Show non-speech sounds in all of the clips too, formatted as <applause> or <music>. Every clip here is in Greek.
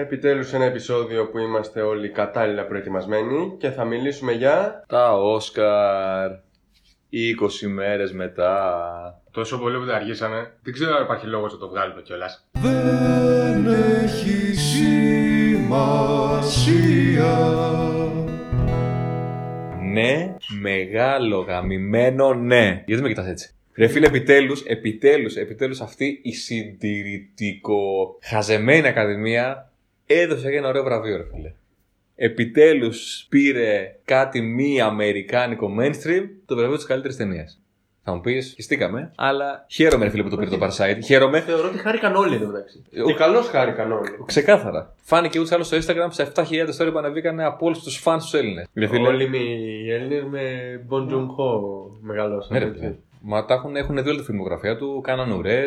Επιτέλους ένα επεισόδιο που είμαστε όλοι κατάλληλα προετοιμασμένοι και θα μιλήσουμε για... Τα Όσκαρ 20 μέρες μετά. Τόσο πολύ που τα αργήσαμε. Δεν ξέρω αν υπάρχει λόγος να το βγάλουμε κιόλας. Δεν έχει σημασία. Ναι, μεγάλο γαμημένο ναι. Γιατί με κοιτάς έτσι. Ρε φίλε, επιτέλους, επιτέλους, επιτέλους αυτή η συντηρητικό χαζεμένη ακαδημία έδωσε και ένα ωραίο βραβείο, ρε φίλε. Επιτέλους πήρε κάτι μη αμερικάνικο mainstream το βραβείο της καλύτερης ταινίας. Θα μου πεις, χιστήκαμε, αλλά χαίρομαι, ρε φίλε, που το πήρε το Parasite. Χαίρομαι. Θεωρώ ότι χάρηκαν όλοι εδώ μεταξύ. Και Ο- καλώς χάρηκαν όλοι. Ξεκάθαρα. Φάνηκε ούτως άλλο στο Instagram σε 7.000 story που ανεβήκανε από όλους τους φαν τους Έλληνες. Ναι, Όλοι με- οι Έλληνες με Bon Joon Ho μεγαλώσαν. Ναι, ρε έτσι. φίλε. Μα τα έχουν, έχουν δει όλη τη φιλμογραφία του, κάνανε ουρέ.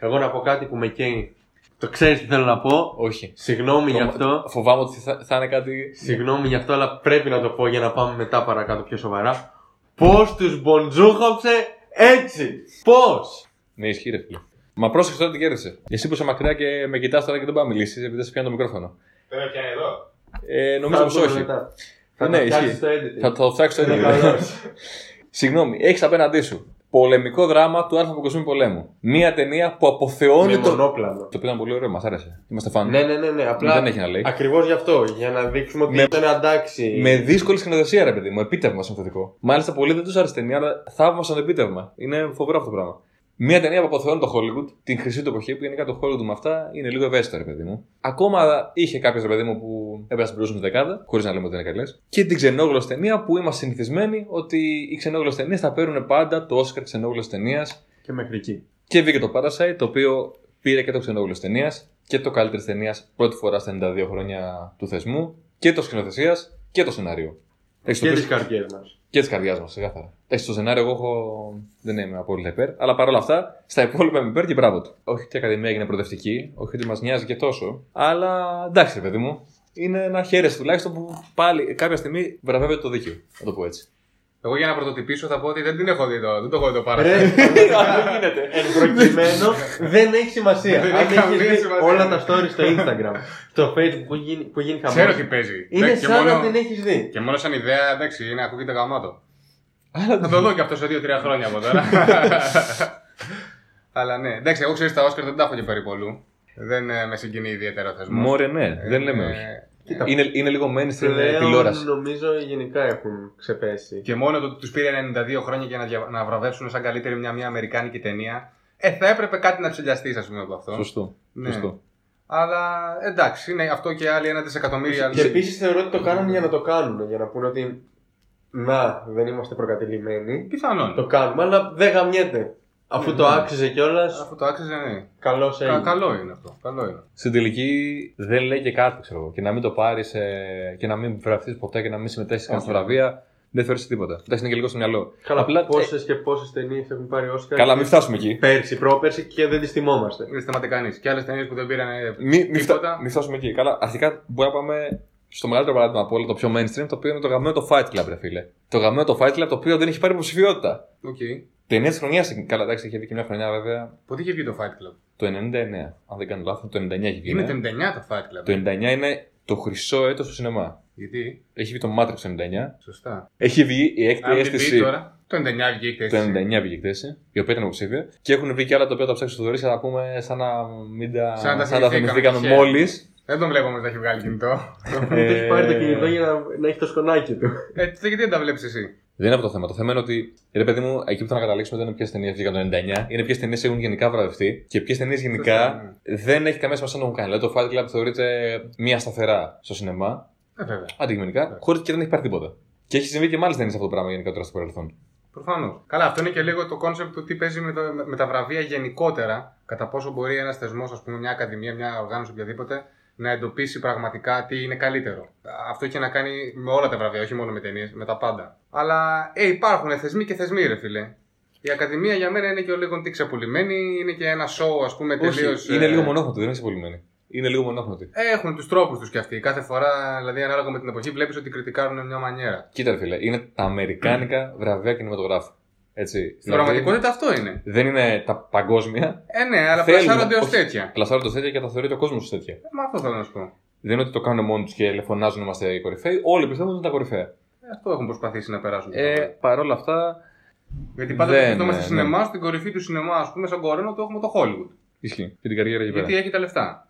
Εγώ να πω κάτι που με καίει. Το ξέρεις τι θέλω να πω. Όχι. Συγγνώμη γι' Φοβα- αυτό. Φοβάμαι ότι θα, θα είναι κάτι. Συγγνώμη γι' αυτό, αλλά πρέπει να το πω για να πάμε μετά παρακάτω πιο σοβαρά. Πώς τους μποντζούχοψε έτσι. Πώς. Ναι, ισχύει, ρε φίλε. Μα πρόσεξε τώρα τι κέρδισε. Εσύ που είσαι μακριά και με κοιτάς τώρα και δεν πάω να μιλήσεις, επειδή σε πιάνω το μικρόφωνο. Τώρα πια εδώ. Ε, νομίζω Θα πως πούμε όχι. μετά. Θα Ναι, το φτιάξεις ισχύει. το editing. Θα το Ναι, φτιάξω Είναι έτσι. καλός. <laughs> Συγγνώμη, έχεις απέναντί σου πολεμικό δράμα του Άρθρου Παγκοσμίου Πολέμου. Μία ταινία που αποθεώνει Με το. μονόπλανο. Το πήραν πολύ ωραίο, μας άρεσε. Είμαστε φαν. Ναι, ναι, ναι, ναι. Απλά Δεν έχει να λέει. Ακριβώς γι' αυτό. Για να δείξουμε ότι Με- ήταν αντάξει. Με δύσκολη σκηνοθεσία, ρε παιδί μου. Επίτευγμα συνθετικό. Μάλιστα, πολλοί δεν τους άρεσε η ταινία, αλλά θαύμασαν το επίτευγμα. Είναι φοβερό αυτό το πράγμα. Μία ταινία που αποθεώνει το Hollywood, την χρυσή του εποχή, που γενικά το Hollywood με αυτά είναι λίγο ευαίσθητο, ρε παιδί μου. Ακόμα είχε κάποιος ρε παιδί μου που έπαιρνε στην πρώτη δεκάδα, χωρίς να λέμε ότι είναι καλές. Και την ξενόγλωσσα ταινία που είμαστε συνηθισμένοι ότι οι ξενόγλωσσες ταινίες θα παίρνουν πάντα το Oscar ξενόγλωσσα ταινίας. Και μέχρι εκεί. Και βγήκε το Parasite, το οποίο πήρε και το ξενόγλωσσα ταινίας και το καλύτερης ταινίας πρώτη φορά στα 92 χρόνια του θεσμού και το σκηνοθεσίας και το σενάριο. Έχεις το Και πεις- τι καρδιέ <laughs> μας. και της καρδιάς μας, ξεκάθαρα. Εντάξει, στο σενάριο εγώ έχω... δεν είμαι απόλυτα υπέρ, αλλά παρόλα αυτά στα υπόλοιπα είμαι υπέρ και μπράβο του. Όχι ότι η Ακαδημία έγινε προοδευτική, όχι ότι μας νοιάζει και τόσο, αλλά εντάξει, ρε παιδί μου. Είναι ένα χαίρεση τουλάχιστον που πάλι κάποια στιγμή βραβεύεται το δίκαιο. Να το πω έτσι. Εγώ για να πρωτοτυπήσω θα πω ότι δεν την έχω δει εδώ. Δεν το έχω δει το Ρε, παράδειγμα. Δεν γίνεται. εν <laughs> προκειμένου δεν έχει σημασία. Δεν Αν έχει έχεις καμία δει σημασία. όλα τα stories στο Instagram, στο Facebook που γίνει, που γίνει χαμός, Ξέρω τι παίζει. Είναι Ναι, και, σαν να μόνο, την έχεις δει. και μόνο σαν ιδέα, εντάξει, είναι ακούγεται γαμάτο. Αλλά θα το δω κι αυτό σε 2-3 χρόνια <laughs> από τώρα. Αλλά ναι, εντάξει, εγώ ξέρει τα Όσκαρ δεν τα έχω και περίπου πολλού. Δεν ε, με συγκινεί ιδιαίτερα ο Ε, θεσμός. Μωρέ, ναι, δεν λέμε όχι. Κοίτα, Είναι, είναι λίγο mainstream ε, πλέον τηλεόραση. νομίζω γενικά έχουν ξεπέσει. Και μόνο το ότι τους πήρε 92 χρόνια για να, δια... να βραβεύσουν σαν καλύτερη μια, μια Αμερικάνικη ταινία. Ε, θα έπρεπε κάτι να ψηλιαστεί, ας πούμε, από αυτό. Σωστό. Ναι. Σωστό. Αλλά εντάξει, είναι αυτό και άλλοι ένα δισεκατομμύρια. Και επίσης θεωρώ ότι το κάνουν για να το κάνουν. Για να πούνε ότι να, δεν είμαστε προκατηλημένοι. Πιθανόν. Το κάνουμε, αλλά δεν γαμιέται. Αφού Ναι, το ναι. άξιζε κιόλας, Αφού το άξιζε, ναι. καλώ Κα- έγινε. καλό είναι αυτό. Καλό είναι. Στην τελική δεν λέει και κάτι, ξέρω εγώ. Και να μην το πάρει ε, και να μην βραβευτεί ποτέ και να μην συμμετέχεις καν Όχι. στα βραβεία, δεν θεωρείς τίποτα. Εντάξει, είναι και λίγο στο μυαλό. Καλά, Απλά- ε, πόσες και πόσες ταινίες έχουν πάρει Όσκαρ. Καλά, μην φτάσουμε εκεί. Πέρσι, πρόπερσι και δεν τις θυμόμαστε. Δεν σταματάει κανείς. Και άλλες ταινίες που δεν πήραν. ε, Μην μη Τίποτα. φτά, μη φτάσουμε εκεί. Καλά, αρχικά μπορεί να πάμε στο μεγαλύτερο παράδειγμα από όλα, το πιο mainstream, το οποίο είναι το γαμμένο το Fight Club, ρε φίλε. Το γαμμένο το Fight Club, το οποίο δεν έχει πάρει υποψηφιότητα. Οκ. Ταινία τη χρονιάς, καλά, εντάξει, είχε βγει και μια χρονιά βέβαια. Πότε είχε βγει το Fight Club. Το 99, αν δεν κάνω λάθος, το 99 έχει βγει. Είναι ναι. το 99 το Fight Club. Το 99 είναι το χρυσό έτος του σινεμά. Γιατί, Έχει βγει το Matrix το 99. σωστά. Έχει βγει η έκτη Αν την πει αίσθηση. τώρα. Το 99 βγήκε η Το εκτέστηση. 99 βγήκε χτες, η οποία ήταν υποψήφια. Και έχουν βγει και άλλα τα οποία τα ψάξει στο Θοδωρή, αλλά πούμε σαν να μην τα, Σαν να τα θυμηθήκαμε θυμηθήκαμε τυχαία. μόλις. Δεν τον βλέπω όμως να έχει βγάλει <laughs> κινητό. Του έχει πάρει το κινητό για να, να έχει το σκονάκι του. ε, τότε γιατί δεν τα βλέπεις εσύ. Δεν είναι αυτό το θέμα. Το θέμα είναι ότι, ρε παιδί μου, εκεί που θα να καταλήξουμε δεν είναι ποιες ταινίες βγήκαν το 99, είναι ποιες ταινίες έχουν γενικά βραβευτεί και ποιες ταινίες γενικά Σωστά, δεν έχει καμία σημασία να έχουν κάνει. Δηλαδή το Fight Club θεωρείται μία σταθερά στο σινεμά, Ε, βέβαια. αντικειμενικά, Ναι. χωρίς και δεν έχει πάρει τίποτα. Και έχει συμβεί και μάλιστα δεν είναι αυτό το πράγμα γενικά τώρα στο παρελθόν. Προφανώς. Καλά, αυτό είναι και λίγο το κόνσεπτ του τι παίζει με, το, με, με τα βραβεία γενικότερα. Κατά πόσο μπορεί ένας θεσμός, ας πούμε, μια ακαδημία, μια οργάνωση οποιαδήποτε, να εντοπίσει πραγματικά τι είναι καλύτερο. Αυτό έχει να κάνει με όλα τα βραβεία, όχι μόνο με ταινίες, με τα πάντα. Αλλά ε, υπάρχουν θεσμοί και θεσμοί, ρε φιλε. Η Ακαδημία για μένα είναι και ο λίγο τι ξεπουλημένη, είναι και ένα show, ας πούμε, τελείω. Όχι, είναι λίγο μονόχνοτο, δεν έχει πολύ Είναι λίγο μονόχνοτο. Έχουν τους τρόπους τους κι αυτοί. Κάθε φορά, δηλαδή, ανάλογα με την εποχή, βλέπεις ότι κριτικάρουν μια μανιέρα. Κοίτα, ρε φίλε, είναι τα αμερικάνικα βραβεία κινηματογράφου. Έτσι. Στην Δηλαδή, πραγματικότητα αυτό είναι. Δεν είναι τα παγκόσμια. Ε, ναι, αλλά Θέλουμε, πλασάρονται ως όχι. τέτοια. Πλασάρονται ως τέτοια και τα θεωρεί το κόσμος ως τέτοια. Ε, Μα αυτό θέλω να σου πω. Δεν είναι ότι το κάνουν μόνοι τους και λεφωνάζουν είμαστε οι κορυφαίοι. Όλοι πιστεύουν ότι είναι τα κορυφαία. Ε, Αυτό έχουν προσπαθήσει να περάσουν. Ε, Παρ' όλα αυτά. Γιατί πάντα δεν, σκεφτόμαστε ναι, σινεμά, στην κορυφή του σινεμά, ας πούμε, σαν κορένο το έχουμε το Hollywood. Ισχύει. Και την καριέρα εκεί πέρα. Γιατί έχει τα λεφτά.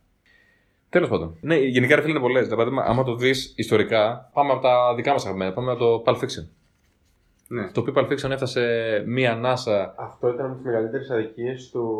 Τέλος πάντων. Ναι, γενικά ρε φίλε είναι πολλές. Δηλαδή, άμα το δεις ιστορικά, πάμε από τα δικά μας αγαπημένα. Πάμε από το Pulp Fiction. Ναι. Το οποίο Pulp Fiction έφτασε μία ανάσα. Αυτό ήταν από τις μεγαλύτερες αδικίες του...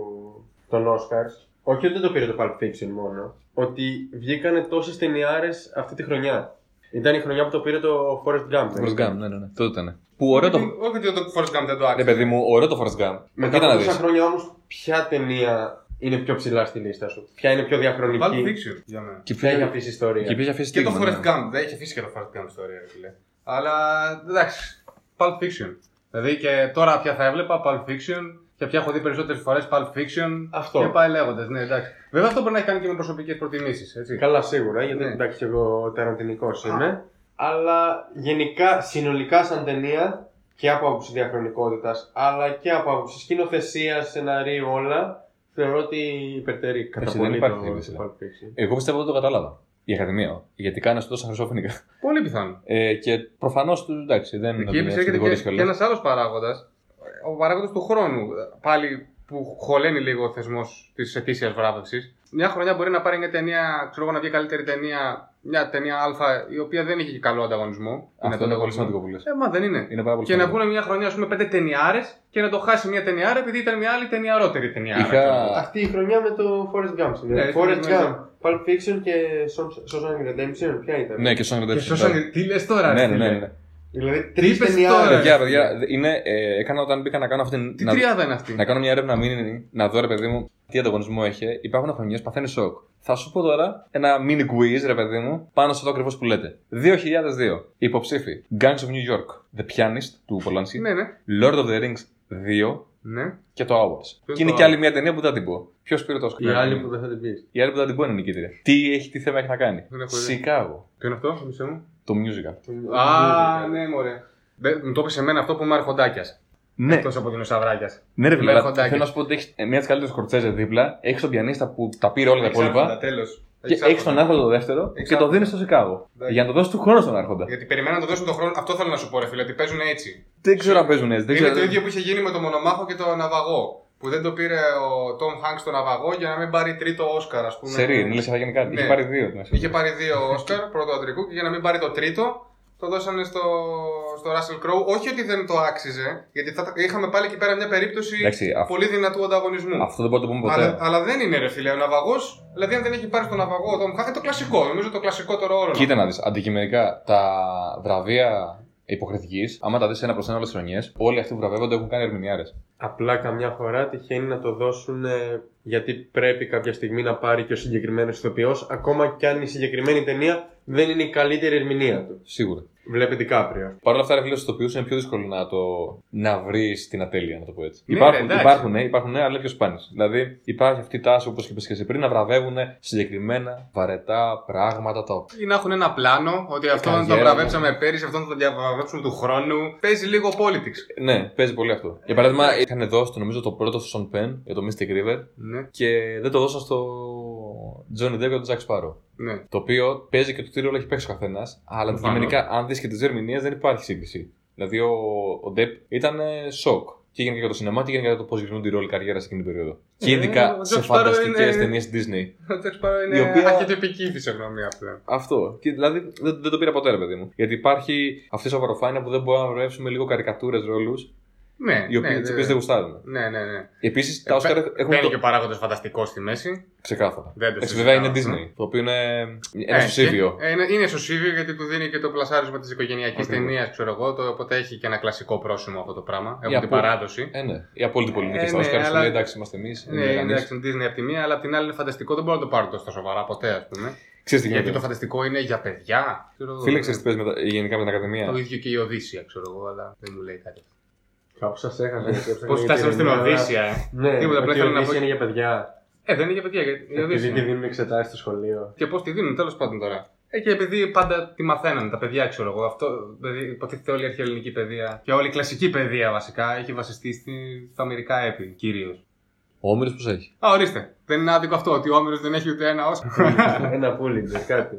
των Όσκαρ. Όχι ότι δεν το πήρε το Pulp Fiction μόνο. Ότι βγήκανε τόσες ταινιάρες αυτή τη χρονιά. Ήταν η χρονιά που το πήρε το Forrest Gump. Το Forrest Gump, ναι, ναι, ναι. Τότε ήταν. Που ωραίο το. Όχι- Όχι ότι το Forrest Gump δεν το Ναι, άξιζε. παιδί μου, ωραίο το Forrest Gump. Μετά από Κοίτα να δει. τόσα χρόνια όμως, ποια ταινία είναι πιο ψηλά στη λίστα σου. Ποια είναι πιο Pulp διαχρονική. Fiction για μένα. Και Ποια έχει ποια αυτή η ιστορία. και ποια έχει αφήσει Και το στίγμα, ναι. Forrest Gump. Δεν έχει αφήσει και το Forrest Gump ιστορία, ρε φίλε. Αλλά εντάξει. Pulp Fiction. Δηλαδή και τώρα πια θα έβλεπα Pulp Fiction και πια έχω δει περισσότερες φορές Pulp Fiction. Αυτό. Και πάει λέγοντας. Ναι, εντάξει. Βέβαια αυτό μπορεί να έχει κάνει και με προσωπικές προτιμήσεις. έτσι. Καλά, σίγουρα, γιατί Ναι. εντάξει, και εγώ ταραντινικός είμαι. Αλλά γενικά, συνολικά σαν ταινία και από άποψη διαχρονικότητας, αλλά και από άποψη σκηνοθεσίας, σεναρίου, όλα, θεωρώ ότι υπερτερεί κατά Εντάξει, πολύ δεν το υπάρχει το τέτοιο σενάριο. Pulp Fiction. Εγώ πιστεύω ότι το κατάλαβα. Η Ακαδημία. Γιατί κάνει τόσα χρυσόφωνικα. Πολύ πιθανό. Ε, και προφανώς τους εντάξει, δεν Εκεί είναι επίση έρχεται και, και ένας άλλος παράγοντας. Ο παράγοντας του χρόνου. Πάλι που χωλαίνει λίγο ο θεσμός της ετήσιας βράβευσης. Μια χρονιά μπορεί να πάρει μια ταινία, ξέρω εγώ, να βγει καλύτερη ταινία, μια ταινία Α, η οποία δεν είχε και καλό ανταγωνισμό. Αυτό είναι πολύ σημαντικό που λες. Ε, μα δεν είναι. Είναι πάρα πολύ Και να σημαντικό. βγουν μια χρονιά, ας πούμε, πέντε ταινιάρες και να το χάσει μια ταινιάρα επειδή ήταν μια άλλη ταινιαρότερη ταινιάρα. Είχα- Αυτή η χρονιά με το Forrest Gump. Ναι, Ναι, Forrest ναι. Gump, Pulp Fiction και Social Redemption, ποια ήταν. Ναι, και ο Σάνγκρ Και σώσανε. Τι λες τώρα, Ναι, ρε ναι, φίλε. ναι. ναι. Δηλαδή, τρεις είπες ταινιάρες. τώρα, Παιδιά, παιδιά, είναι, ε, έκανα όταν μπήκα να κάνω αυτή Τι να, τριάδα είναι αυτή. να κάνω μια έρευνα μήνυ, να δω ρε παιδί μου τι ανταγωνισμό έχει. Υπάρχουν χρονιές που παθαίνει σοκ. Θα σου πω τώρα ένα mini quiz, ρε παιδί μου, πάνω σε αυτό ακριβώς που λέτε. 2002. Υποψήφοι. Gangs of New York. The Pianist του Polanski. Ναι, ναι. Lord of the Rings 2 ναι. και το Hours. είναι Και είναι το και άλλη μια ταινία που δεν θα την πω. Ποιος πήρε το Η Oscar. Ναι. άλλη που δεν θα την πεις. Η άλλη που δεν την πω είναι νικήτρια. Τι έχει, τι θέμα έχει να κάνει. Δεν έχω ιδέα. Ε, Σικάγο. Ποιο είναι αυτό, μισό μου. Το musical. Α, ναι, μωρέ. Δεν- Μου το είπε σε μένα αυτό που είμαι αρχοντάκιας. Ναι, Εκτός από δεινοσαυράκιας. ναι, ρε με φίλε. αλλά χοντάκι. Θέλω να σου πω ότι έχεις μια της καλύτερης κορτσέζε δίπλα. Έχεις τον πιανίστα που τα πήρε όλα τα υπόλοιπα. Τέλος. Και έχεις τον άρχοντα το δεύτερο και Εξάπλωτα. το δίνεις στο Σικάγο. Εντάξει. Για να το δώσεις του χρόνου στον άρχοντα. Γιατί περιμέναν να το δώσουν τον χρόνο. Αυτό θέλω να σου πω, ρε φίλε, ότι παίζουν έτσι. Δεν ξέρω αν παίζουν έτσι. Δεν Είναι ξέρω. το ίδιο που είχε γίνει με τον Μονομάχο και τον Ναυαγό. Που δεν το πήρε ο Τόμ Χάγκ στον Ναυαγό για να μην πάρει τρίτο Όσκαρ, ας πούμε. Σερή, λε, θα γίνει κάτι. Ναι. Είχε πάρει δύο. την Είχε ασφαλή. πάρει δύο Όσκαρ, πρώτο αντρικού, και για να μην πάρει το τρίτο, το δώσανε στο, στο Russell Crowe. Όχι ότι δεν το άξιζε, γιατί θα, τα- είχαμε πάλι εκεί πέρα μια περίπτωση Εντάξει, α- πολύ δυνατού ανταγωνισμού. Αυτό δεν μπορούμε να το πούμε Αλλά, ποτέ. αλλά δεν είναι ρε φίλε, ο ναυαγός, δηλαδή αν δεν έχει πάρει στον ναυαγό ο Tom Hanks, το κλασικό, νομίζω το κλασικό τώρα όρο. Κοίτα να δεις. Αντικειμενικά, τα βραβεία υποκριτικής, άμα τα δεις ένα προς ένα όλες τις χρονιές, όλοι αυτοί που βραβεύονται έχουν κάνει ερμηνιάρε. Απλά καμιά φορά τυχαίνει να το δώσουν ε, γιατί πρέπει κάποια στιγμή να πάρει και ο συγκεκριμένος ηθοποιός, ακόμα κι αν η συγκεκριμένη ταινία δεν είναι η καλύτερη ερμηνεία του. Σίγουρα. Βλέπετε Κάπριο. Παρ' όλα αυτά, ρε φίλε, στους τοπίου είναι πιο δύσκολο να, το... να βρεις την ατέλεια, να το πω έτσι. Ναι, υπάρχουν, ρε, εντάξει. υπάρχουν, υπάρχουν, ναι, αλλά είναι πιο σπάνιε. Δηλαδή, υπάρχει αυτή η τάση, όπως είπες και εσύ πριν, να βραβεύουν συγκεκριμένα βαρετά πράγματα τα οποία. Ή να έχουν ένα πλάνο, ότι αυτόν τον καριέρα μου. βραβεύσαμε πέρυσι, αυτόν θα τον διαβραβεύσουμε του χρόνου. Παίζει λίγο politics. Ναι, παίζει πολύ αυτό. Για παράδειγμα, είχαν δώσει το νομίζω το πρώτο στο Σον Πεν για το Mystic River Ναι, και δεν το δώσαν στο Johnny Depp και τον Jack Sparrow. ναι. Το οποίο παίζει και το τι ρόλο έχει παίξει ο καθένας, αλλά αντικειμενικά, αν δεις και τις δύο ερμηνείες, δεν υπάρχει σύγκριση. Δηλαδή, ο, ο Ντεπ ήταν ε, σοκ. Και γενικά για το σινεμά και γενικά για το πώς γυρνούν οι ρόλοι καριέρα σε εκείνη την περίοδο. Και Ε, ο ειδικά Jack σε Sparrow φανταστικές είναι- ταινίες Disney. Ο Τζακ Σπάρο Η είναι οποία- αρχιτυπική φυσιογνωμία πλέον. Αυτό. Και δηλαδή δεν, δεν το πήρα ποτέ, ρε παιδί μου. Γιατί υπάρχει αυτή η σοβαροφάνεια που δεν μπορούμε να βρέψουμε λίγο καρικατούρες ρόλους, Ναι, οι οποίε ναι, ναι. δεν γουστάρουν. Ναι, ναι, ναι. Επίσης, τα Όσκαρ έχουν. Μπαίνει Το... και παράγοντας φανταστικό στη μέση. Ξεκάθαρα. Δεν το Εντάξει, βέβαια είναι συζητάω, Ναι. Disney, το οποίο είναι ένα Ε, σωσίβιο. και- ε, Είναι, είναι ισοσύβιο γιατί του δίνει και το πλασάρισμα της οικογενειακής Ακριβώς. ταινίας, ξέρω εγώ. Το, οπότε έχει και ένα κλασικό πρόσημο αυτό το πράγμα. Έχουν Η την απο- παράδοση. Ε, ναι. Η απόλυτη πολιτική Ε, στα ναι, Όσκαρ. σου αλλά- λέει, Εντάξει, είμαστε εμείς. Ναι, είναι εντάξει, είναι Disney από τη μία, αλλά απ' την άλλη είναι φανταστικό. Δεν μπορώ να το πάρω τόσο σοβαρά ποτέ, ας πούμε. Ξέρεις τι Γιατί το γίνεται. φανταστικό είναι για παιδιά. Ξέρω εγώ. Φίλε, ξέρεις τι παίζει με τα- γενικά με την Το Ακαδημία. ίδιο και η Οδύσσια, ξέρω εγώ, αλλά δεν μου λέει κάτι. Κάπου σας έχασα. γιατί έψαχνα Πώ για φτάσαμε την στην ερμηνεία. Οδύσσια, ε. Ναι, Τίποτα, Τίποτα, απλά απλά ήθελα να πω- είναι για παιδιά. Ε, δεν είναι για παιδιά, γιατί η Επειδή τη Οδύσσια. <laughs> δίνουν εξετάσεις στο σχολείο. Και πώς τη δίνουν, τέλος πάντων τώρα. Ε, και επειδή πάντα τη μαθαίνανε τα παιδιά, ξέρω εγώ. Αυτό, δηλαδή, υποτίθεται όλη η αρχαιοελληνική παιδεία και όλη η κλασική παιδεία βασικά έχει βασιστεί στη, στα Αμερικά έπι κυρίως. Ο Όμηρος πώς έχει. Α, ορίστε. Δεν είναι άδικο αυτό ότι ο Όμηρος δεν έχει ούτε ένα Όσκαρ. Ένα πούλιτζερ, κάτι.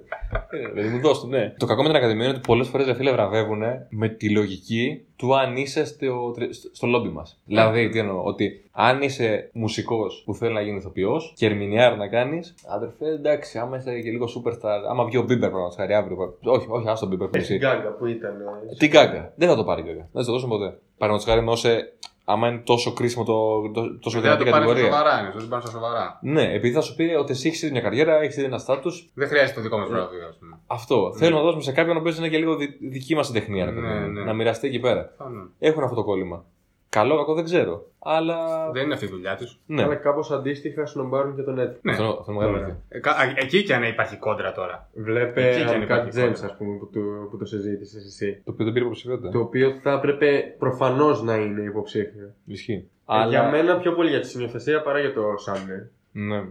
Ε, δηλαδή μου δώσ' του, ναι. Το κακό με την Ακαδημία είναι ότι πολλές φορές φίλε βραβεύουν με τη λογική του αν είσαι στο, στο- στο λόμπι μας. Ναι. Δηλαδή, τι εννοώ, ότι αν είσαι μουσικός που θέλει να γίνει ηθοποιός και ερμηνεία να κάνεις, αδερφέ, εντάξει, άμα είσαι και λίγο superstar, άμα βγει ο Μπίμπερ παραδείγματο χάρη αύριο. Όχι, όχι, άστο Μπίμπερ που Στην εσύ. κάγκα που ήταν. ε, Τι κάγκα. Δεν θα το πάρει κάγκα. Δεν θα το δώσουμε ποτέ. Παραδείγματος χάρη εννοώ σε. Άμα είναι τόσο κρίσιμο το, το, τόσο Δεν δυνατή Ε, το πάνε στα κατηγορία. σοβαρά, είναι. Δεν πάνε στα σοβαρά. Ναι, επειδή θα σου πει ότι εσύ έχεις μια καριέρα, έχεις ένα στάτου, Δεν χρειάζεται το δικό μας Ε. Ναι. βραβείο, ας πούμε. Αυτό. Ναι. Θέλουμε να δώσουμε σε κάποιον ο οποίος είναι και λίγο δι- δική μας συντεχνία. ρε παιδί Ναι, μου. ναι. Να μοιραστεί εκεί πέρα. Ε. Α, ναι. Έχουν αυτό το κόλλημα. Καλό, κακό δεν ξέρω. Αλλά. Δεν είναι αυτή η δουλειά τους. Ναι. Αλλά κάπως αντίστοιχα σνομπάρουν και τον Έτ. Ναι. Αυτό είναι- αυτό είναι μεγάλο Ωραία. λάθος. Εκεί κι αν υπάρχει κόντρα τώρα. Εκεί Βλέπε και αν έναν υπάρχει Κατ Τζέμ, κόντρα. ας πούμε, που, του, που το συζήτησες εσύ. Το οποίο δεν πήρε υποψηφιότητα. Το οποίο θα έπρεπε προφανώς να είναι υποψήφιο. Ισχύει. Ε, Για μένα πιο πολύ για τη συνειοθεσία παρά για το Σάμνερ. Ναι,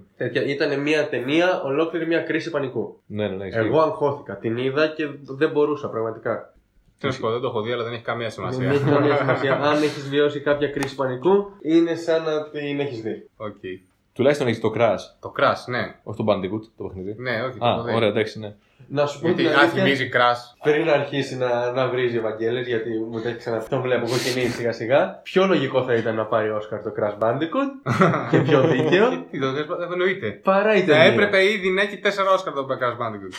Ήταν μια ταινία, ολόκληρη μια κρίση πανικού. ναι, ναι. ναι ισχύει. Εγώ αγχώθηκα. Την είδα και δεν μπορούσα πραγματικά. Τι να σου πω, δεν το έχω δει, αλλά δεν έχει καμία Δεν έχει σημασία. <laughs> καμία σημασία. Αν έχεις βιώσει κάποια κρίση πανικού, είναι σαν να την έχεις δει. Οκ. Τουλάχιστον έχεις το Crash. Το crash, ναι. Όχι το Bandicoot το παιχνίδι. Ναι, όχι. το Α, έχω δει. ωραία, εντάξει, ναι. Να σου πω Γιατί την αν αλήθεια, θυμίζει crash. πριν αρχίσει να, να βρίζει ο Βαγγέλης, γιατί μου το έχει ξαναπεί, τον βλέπω εγώ και σιγά σιγά, πιο λογικό θα ήταν να πάρει Όσκαρ το Crash Bandicoot και <laughs> πιο δίκαιο, <laughs> Τι το θες, δεν εννοείται. παρά η Θα ταινία. έπρεπε ήδη να έχει 4 Όσκαρ το Crash Bandicoot.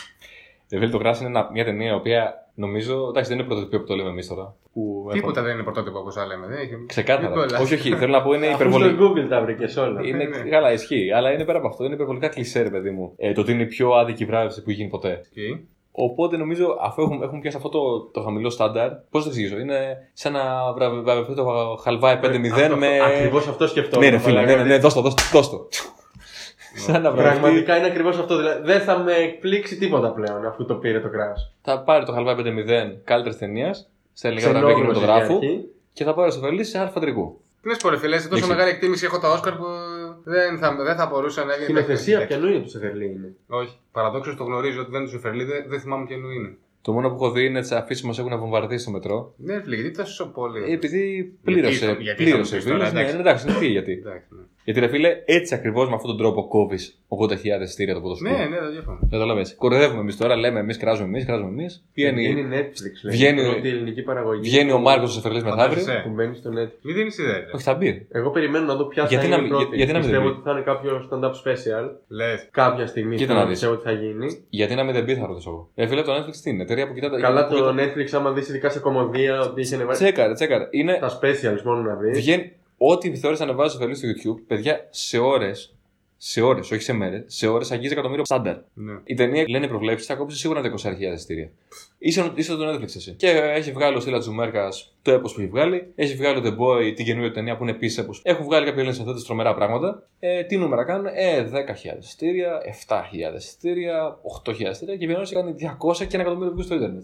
Ε, βέβαια, το Crash είναι ένα- μια ταινία η οποία νομίζω. Εντάξει, δεν είναι πρωτοτυπία που το λέμε εμείς τώρα. Που Τίποτα δεν είναι πρωτότυπο όπως λέμε. Δεν έχει. Ξεκάθαρα. Μην κολλάς. όχι, όχι. Θέλω να πω <laughs> είναι Αφού υπερβολικό. στο Google τα βρήκες όλα. Είναι, Ναι. καλά, ισχύει. Αλλά είναι πέρα από αυτό. Είναι υπερβολικά κλεισέ, ρε παιδί μου. Ε, το ότι είναι η πιο άδικη βράβευση που έχει γίνει ποτέ. Οκ. Οπότε νομίζω, αφού έχουμε, έχουμε πιάσει αυτό το, το χαμηλό στάνταρ, πώς το εξηγήσω. Είναι σαν να βραβε- βραβευτεί το χαλβάι 5-0 με. Ακριβώς αυτό σκεφτόμουν. Ε, Ναι, ρε φίλε, ναι, ναι, ναι, δώσ' το, δώσ' το, δώσ' το. Ναι. σαν να βραβευτεί. Πραγματικά είναι ακριβώς αυτό. Δηλαδή, δεν θα με εκπλήξει τίποτα πλέον αφού το πήρε το Crash. Θα πάρει το χαλβάι 5-0 καλύτερης ταινίας στα ελληνικά βραβεία κινηματογράφου και θα πάρει στο Βελή σε αλφα τρικού. Τι να σου πω, ρε φίλε, σε τόσο Εντάξει. μεγάλη εκτίμηση έχω τα Όσκαρ που δεν θα, δεν θα μπορούσε να γίνει. Κοινοθεσία ποιανού είναι του Σεφερλί είναι. Όχι. Παραδόξως το γνωρίζω ότι δεν του εφερλεί, δεν, δεν θυμάμαι ποιον είναι. Το μόνο που έχω δει είναι τι αφήσει που μα έχουν βομβαρδίσει στο μετρό. Ναι, φίλε, γιατί τόσο Ε, πολύ. Επειδή πλήρωσε. γιατί θα Πλήρωσε. μου πεις τώρα, πλήρωσε, ναι, εντάξει. Εντάξει, ναι, τι, γιατί. Εντάξει, ναι. Γιατί ρε φίλε, έτσι ακριβώς με αυτόν τον τρόπο κόβεις 80.000 στήρια το ποδοσφαίρο. Ναι, ναι, δεν διαφωνώ. Κατάλαβε. Κοροϊδεύουμε εμείς τώρα, λέμε εμείς, κράζουμε εμείς, κράζουμε εμείς. Βγαίνει, Είναι Netflix, λέει. βγαίνει- η πρώτη ελληνική παραγωγή. Ναι. βγαίνει ο Μάρκος ο Εφερλή μεθαύριο. Φαντάζεσαι. που μπαίνει στο Netflix. Μην δίνεις ιδέε. Όχι, θα μπει. Εγώ περιμένω να δω ποια Γιατί θα να είναι η μην- πρώτη. γιατί να μην πιστεύω δεν ότι θα είναι κάποιο stand-up special Λες. κάποια στιγμή. Κοίτα που να δεις. Πιστεύω ότι θα γίνει. Γιατί να μην δεν μπει, θα ρωτήσω εγώ. Ε, φίλε, το Netflix τι είναι, εταιρεία που κοιτάτε. Καλά το Netflix, άμα δεις ειδικά σε κομμωδία, ότι είχε ανεβάσει. Τσέκαρε, τσέκαρε. Είναι. Τα specials μόνο να δεις. Βγαίνει. Ό,τι θεώρησε να βάζει στο YouTube, παιδιά, σε ώρες. Σε ώρες, όχι σε μέρες. Σε ώρες αγγίζει εκατομμύριο στάνταρ. Ναι. Η ταινία λένε προβλέψεις, θα κόψεις σίγουρα τα 20.000 εισιτήρια. Είσαι, είσαι τον Netflix εσύ. Και έχει βγάλει ο Σίλα Τζουμέρκας το έπος που έχει βγάλει. Έχει βγάλει ο The Boy την καινούργια ταινία που είναι επίσης έπος. Έχουν βγάλει κάποιοι Έλληνες αθέτε τρομερά πράγματα. Ε, τι νούμερα κάνουν, ε, 10.000 εισιτήρια, 7.000 εισιτήρια, 8.000 εισιτήρια και βγαίνουν κάνει 200 και ένα εκατομμύριο βγει στο Ιντερνετ.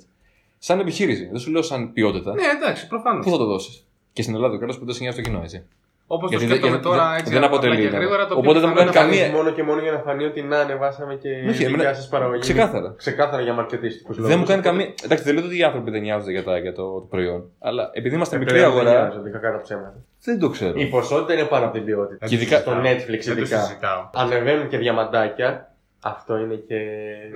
Σαν επιχείρηση, δεν σου λέω σαν ποιότητα. Ναι, εντάξει, προφανώς. Πού θα το δώσεις. Και στην Ελλάδα κιόλα που δεν συνδυάζει το κοινό, έτσι. Όπως το Γιατί δεν- σκέφτομαι γιατί τώρα δεν- έτσι. δεν απλά αποτελεί, και ναι. γρήγορα το Οπότε δεν μου πιθανό κάνει είναι καμία- Μόνο και μόνο για να φανεί ότι να ανεβάσαμε και η Όχι, εμένα- δικιά σας παραγωγή. Ξεκάθαρα. Ξεκάθαρα για μαρκετίστικους λόγου. Δεν μου κάνει καμία. Εντάξει, δεν λέω ότι οι άνθρωποι δεν νοιάζονται για, τα, για το, το προϊόν. Αλλά επειδή Ε, είμαστε μικρή αγορά, Κακά τα ψέματα. δεν το ξέρω. Η ποσότητα είναι πάνω από την ποιότητα. Και ειδικά- στο Netflix Δεν το ειδικά. συζητάω. Ανεβαίνουν και διαμαντάκια. Αυτό είναι και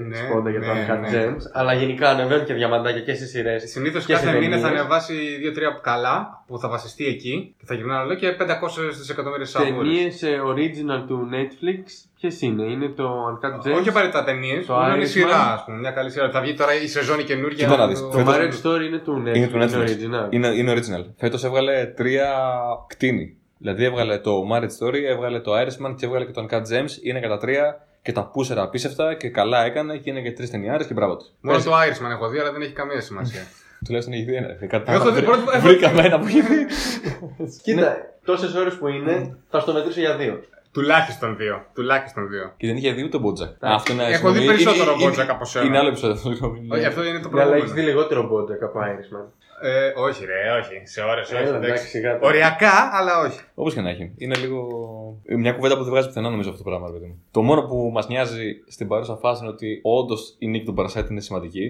Ναι, σπόντα για το ναι, Uncut ναι. Gems. Αλλά γενικά ανεβαίνουν και διαμαντάκια και στις σειρές. Συνήθω Και σε κάθε μήνα θα ταινίες. ανεβάσει 2-3 καλά που θα βασιστεί εκεί και θα γυρνάνε όλο και 500 στις εκατομμύρια σαβούρε. Ταινίες ε, original του Netflix, ποιες είναι, είναι το Uncut Gems. Όχι απαραίτητα ταινίες, Το μπορεί να είναι Irishman. σειρά, ας πούμε. Μια καλή σειρά. Θα βγει τώρα η σεζόν η καινούργια. Κοίτα να δεις. Το Φέτος- Marriage Story είναι του Netflix. Είναι του Netflix. original. Είναι, είναι original. Φέτος έβγαλε τρία κτίνη. Δηλαδή έβγαλε το Marriage Story, έβγαλε το Irishman και έβγαλε και το Uncut Gems. Είναι κατά τρία και τα πούσερα απίστευτα και καλά έκανε και είναι και τρεις ταινιάρες και μπράβο του. Μόνο το Irishman έχω δει, αλλά δεν έχει καμία σημασία. <laughs> Τουλάχιστον έχει δει ένα. ρε. Έχω δει Βρή- πρώτη φορά- Βρήκαμε ένα που έχει δει. Κοίτα, τόσες ώρες που είναι, θα στο μετρήσω για δύο. Τουλάχιστον δύο. Τουλάχιστον δύο. Και δεν είχε δει ούτε Μπότζακ. Αυτό είναι Έχω δει είναι- περισσότερο είναι- Bojack είναι- από σένα. Είναι άλλο επεισόδιο. συγγνώμη. Όχι, Ε, αυτό είναι το Ναι, αλλά έχεις δει πρόβλημα. λιγότερο μπότζα κάπου Irishman. Ε, όχι, ρε, όχι. Σε ώρες, όχι. Έλα, εντάξει. Ε, εντάξει, σιγά τώρα. Οριακά, αλλά όχι. Όπως και να έχει. Είναι λίγο. Μια κουβέντα που δεν βγάζει πουθενά νομίζω αυτό το πράγμα, ρε παιδί μου. Το μόνο που μας νοιάζει στην παρούσα φάση είναι ότι όντως η νίκη του Παρασάιτ είναι σημαντική.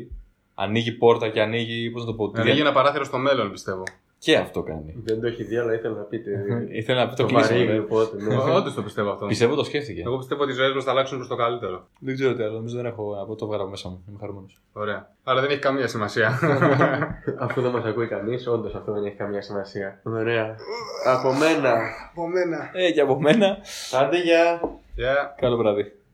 Ανοίγει πόρτα και ανοίγει. Πώς να το πω. τη Να ανοίγει δια- ένα παράθυρο στο μέλλον, πιστεύω. Και αυτό κάνει. Δεν το έχει δει, αλλά ήθελα να πείτε. Ε, Ήθελα να πει το Το κλείσιμο. βαρύ, ρε. οπότε. ναι. Όντως το πιστεύω αυτό. Πιστεύω το σκέφτηκε. Εγώ πιστεύω ότι οι ζωές μας θα αλλάξουν προς το καλύτερο. Δεν ξέρω τι άλλο. Νομίζω δεν έχω. Από το βγάλα από μέσα μου. Είμαι χαρούμενος. Ωραία. Αλλά δεν έχει καμία σημασία. Αφού δεν μας ακούει κανείς, όντως αυτό δεν έχει καμία σημασία. Ωραία. Από μένα. Από μένα. Ε, και από μένα. Άντε για. Yeah. Καλό βράδυ.